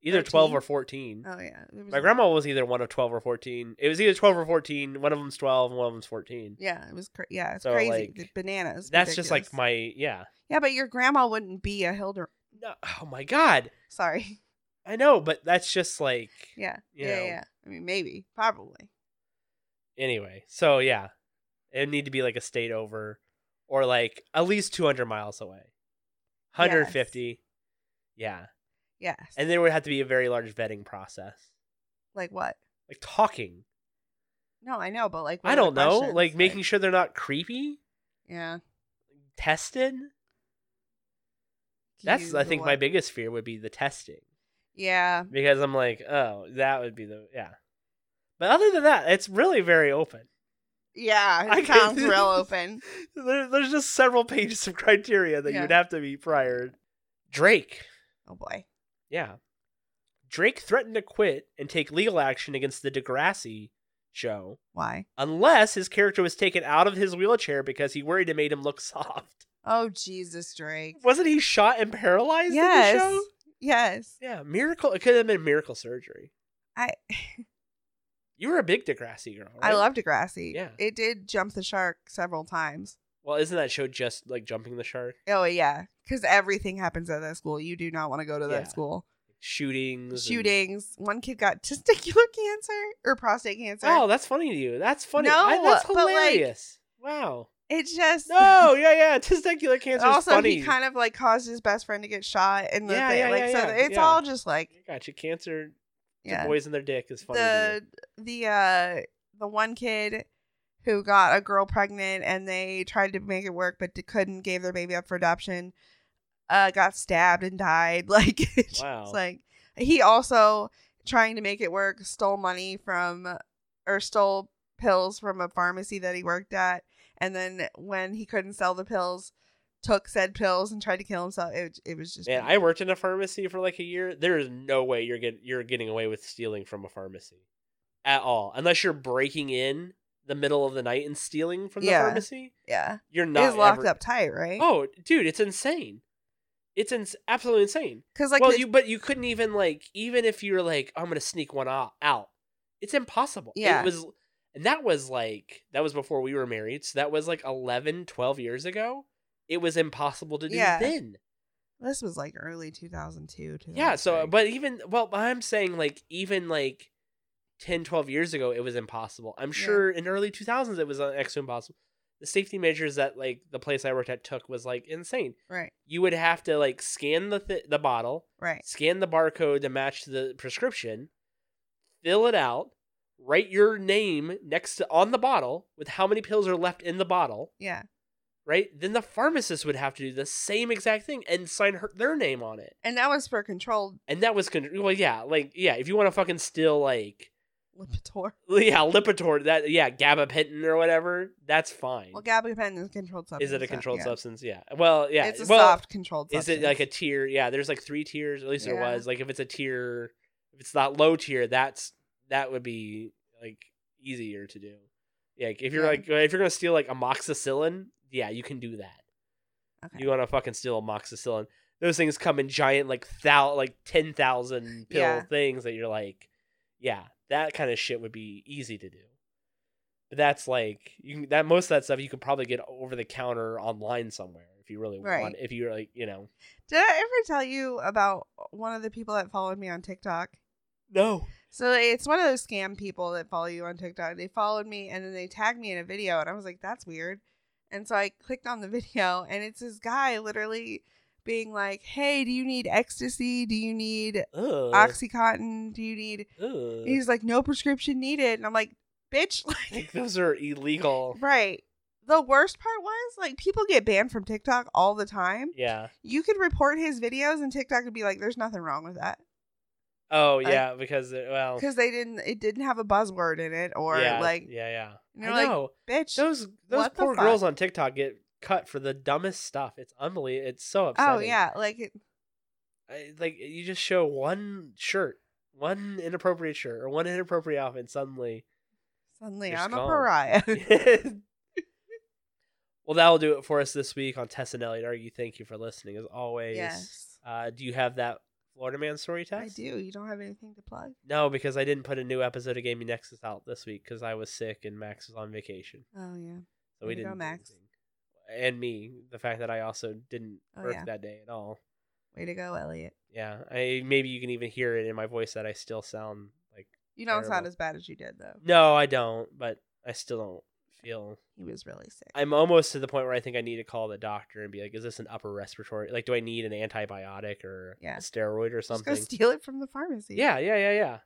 S1: either twelve
S2: 13?
S1: or fourteen.
S2: Oh, yeah. There was
S1: my grandma was either one of twelve or fourteen. It was either twelve or fourteen. One of them's twelve, and one of them's fourteen.
S2: Yeah, it was cra- yeah, it's
S1: So,
S2: crazy.
S1: like,
S2: The bananas.
S1: That's just like
S2: ridiculous.
S1: my yeah.
S2: Yeah, but your grandma wouldn't be a Hilder.
S1: No, oh my god,
S2: Sorry.
S1: I know, but that's just like
S2: Yeah.
S1: You
S2: yeah,
S1: know.
S2: yeah. I mean, maybe, probably.
S1: anyway. So yeah, it would need to be like a state over, or like at least two hundred miles away, hundred fifty. Yeah,
S2: Yes.
S1: and there would have to be a very large vetting process,
S2: like what?
S1: like talking.
S2: No, I know, but like what
S1: I
S2: are the
S1: don't know,
S2: questions?
S1: like making sure they're not creepy.
S2: Yeah.
S1: tested.
S2: Can
S1: That's
S2: you-
S1: I
S2: the
S1: think
S2: what?
S1: my biggest fear would be the testing
S2: Yeah.
S1: because I'm like, oh, that would be the yeah. But other than that, it's really very open.
S2: Yeah,
S1: I
S2: it
S1: can-
S2: sounds real open.
S1: There, there's just several pages of criteria that
S2: Yeah.
S1: you'd have to meet prior. Drake,
S2: Oh boy.
S1: yeah, Drake threatened to quit and take legal action against the Degrassi show
S2: Why?
S1: unless his character was taken out of his wheelchair because he worried it made him look soft.
S2: Oh Jesus, Drake.
S1: Wasn't he shot and paralyzed in the show?
S2: Yes.
S1: Yeah, miracle. It could have been miracle surgery.
S2: I
S1: You were a big Degrassi girl.
S2: I
S1: right?
S2: love Degrassi.
S1: Yeah.
S2: It did jump the shark several times.
S1: Well, isn't that show just like jumping the shark,
S2: Oh yeah, because everything happens at that school. You do not want to go to
S1: Yeah.
S2: that school.
S1: shootings, and-
S2: Shootings. One kid got testicular cancer or prostate cancer.
S1: Oh, that's funny to you. That's funny.
S2: No,
S1: I, that's
S2: but, like-
S1: hilarious. wow.
S2: It just
S1: No, yeah, yeah. Testicular cancer
S2: also,
S1: is funny.
S2: he kind of like caused his best friend to get shot, and the
S1: Yeah,
S2: thing,
S1: yeah,
S2: like
S1: yeah,
S2: so,
S1: yeah,
S2: it's
S1: yeah.
S2: all just like
S1: gotcha. Cancer
S2: yeah.
S1: to boys in their dick is funny. to
S2: the the uh the one kid who got a girl pregnant and they tried to make it work but they couldn't gave their baby up for adoption uh got stabbed and died like it's
S1: Wow.
S2: like he also trying to make it work stole money from or stole pills from a pharmacy that he worked at and then when he couldn't sell the pills took said pills and tried to kill himself it, it was just
S1: me. Man, I worked in a pharmacy for like a year. There is no way you're get you're getting away with stealing from a pharmacy at all, unless you're breaking in the middle of the night and stealing from the
S2: Yeah.
S1: pharmacy.
S2: yeah
S1: You're
S2: it
S1: not
S2: was locked
S1: ever-
S2: up tight right
S1: Oh, dude, it's insane. It's ins- absolutely insane.
S2: because like
S1: well,
S2: the-
S1: you but you couldn't even like even if you were like I'm gonna sneak one out, out it's impossible.
S2: Yeah.
S1: it was, and that was like that was before we were married, so that was like 11, 12 years ago. It was impossible to do
S2: Yeah.
S1: then.
S2: This was like early 2002.
S1: Yeah. So,
S2: 2003.
S1: but even well, I'm saying like even like 10, 12 years ago, it was impossible. I'm
S2: Yeah.
S1: sure in early 2000s, it was uh, next to impossible. The safety measures that like the place I worked at took was like insane.
S2: right,
S1: You would have to like scan the th- the bottle
S2: right,
S1: scan the barcode to match the prescription, fill it out, write your name next to on the bottle with how many pills are left in the bottle,
S2: yeah,
S1: right? Then the pharmacist would have to do the same exact thing and sign her, their name on it.
S2: and that was for controlled
S1: And that was con- well, yeah, like yeah, if you want to fucking steal like
S2: Lipitor.
S1: yeah, Lipitor, that yeah, gabapentin or whatever, that's fine.
S2: Well, gabapentin is a controlled substance.
S1: is it a
S2: so-
S1: controlled
S2: yeah.
S1: substance? Yeah. Well, yeah.
S2: It's a
S1: well,
S2: soft controlled
S1: Is
S2: substance.
S1: it like a tier? Yeah, there's like three tiers. At least there
S2: Yeah.
S1: was. Like if it's a tier, if it's not low tier, that's that would be like easier to do. Yeah, like if you're
S2: Yeah.
S1: like if you're gonna steal like amoxicillin, yeah, you can do that.
S2: Okay.
S1: You wanna fucking steal amoxicillin? Those things come in giant like thou like ten thousand pill
S2: Yeah.
S1: things that you're like, yeah, that kind of shit would be easy to do. But that's like you can, that most of that stuff you could probably get over the counter online somewhere if you really
S2: Right.
S1: want. If you're like you know.
S2: Did I ever tell you about one of the people that followed me on TikTok?
S1: No.
S2: So it's one of those scam people that follow you on TikTok. They followed me and then they tagged me in a video, and I was like, "That's weird." And so I clicked on the video, and it's this guy literally being like, "Hey, do you need ecstasy? Do you need
S1: Ugh.
S2: OxyContin? Do you need
S1: Ugh.
S2: And he's like, no prescription needed. And I'm like, bitch,
S1: I
S2: like,
S1: think those are illegal.
S2: right. The worst part was like people get banned from TikTok all the time.
S1: Yeah.
S2: You could report his videos and TikTok would be like, there's nothing wrong with that.
S1: Oh
S2: I-
S1: yeah, because it- well,
S2: Because they didn't it didn't have a buzzword in it or
S1: Oh. yeah,
S2: like
S1: yeah, yeah.
S2: and
S1: I
S2: you're like,
S1: know
S2: bitch.
S1: those those
S2: what the
S1: poor girls on TikTok get cut for the dumbest stuff. It's unbelievable. It's so upsetting.
S2: oh yeah. Like it,
S1: I, like you just show one shirt, one inappropriate shirt, or one inappropriate outfit, and suddenly.
S2: suddenly
S1: You're
S2: I'm a
S1: scum.
S2: pariah.
S1: well, that will do it for us this week on Tessinelli and Argue. Thank you for listening, as always.
S2: yes.
S1: Uh, do you have that Florida Man story
S2: I
S1: text?
S2: do. You don't have anything to plug.
S1: No, because I didn't put a new episode of Gaming Nexus out this week because I was sick and Max was on vacation,
S2: Oh yeah.
S1: so we
S2: Way to go,
S1: didn't. do
S2: Max.
S1: anything. And me, the fact that I also didn't
S2: Oh,
S1: work
S2: yeah.
S1: that day at all.
S2: Way to go, Elliot.
S1: Yeah, I maybe you can even hear it in my voice that I still sound like
S2: You don't sound
S1: Terrible.
S2: as bad as you did though.
S1: no, I don't, but I still don't feel.
S2: He was really sick.
S1: I'm almost to the point where I think I need to call the doctor and be like, "Is this an upper respiratory? Like, do I need an antibiotic or
S2: Yeah.
S1: a steroid or
S2: Just go
S1: something?"
S2: steal it from the pharmacy.
S1: Yeah, yeah, yeah, yeah.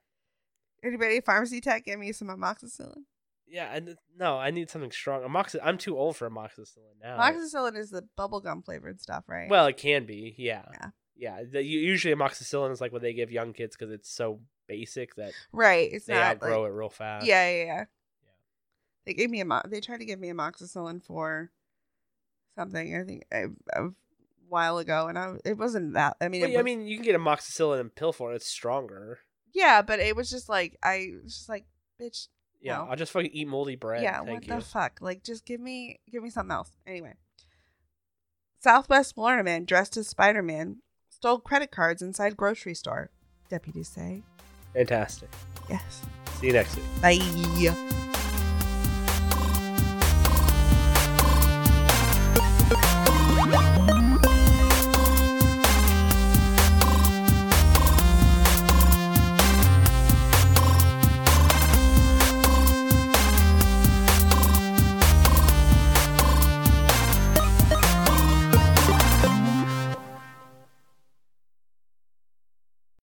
S2: Anybody pharmacy tech, give me some amoxicillin.
S1: Yeah, and no, I need something strong. Amoxi- I'm too old for amoxicillin now.
S2: Amoxicillin is the bubblegum flavored stuff, right?
S1: Well, it can be, yeah.
S2: Yeah.
S1: Yeah. The, u- usually amoxicillin is like what they give young kids because it's so basic that
S2: right. It's
S1: they
S2: not
S1: outgrow
S2: like,
S1: it real fast.
S2: yeah, yeah, yeah, They gave me a. They tried to give me amoxicillin for something. I think I, I while ago, and I it wasn't that. I mean,
S1: Well,
S2: it
S1: yeah, I
S2: was-
S1: mean, you can get amoxicillin and pill for it. It's stronger.
S2: yeah, but it was just like I was just like, bitch,
S1: Yeah,
S2: No.
S1: I'll just fucking eat moldy bread.
S2: yeah,
S1: Thank
S2: what
S1: you.
S2: the fuck? Like, just give me give me something else. Anyway, Southwest Florida man dressed as Spider Man stole credit cards inside grocery store. Deputies say
S1: Fantastic.
S2: yes.
S1: See you next week.
S2: Bye.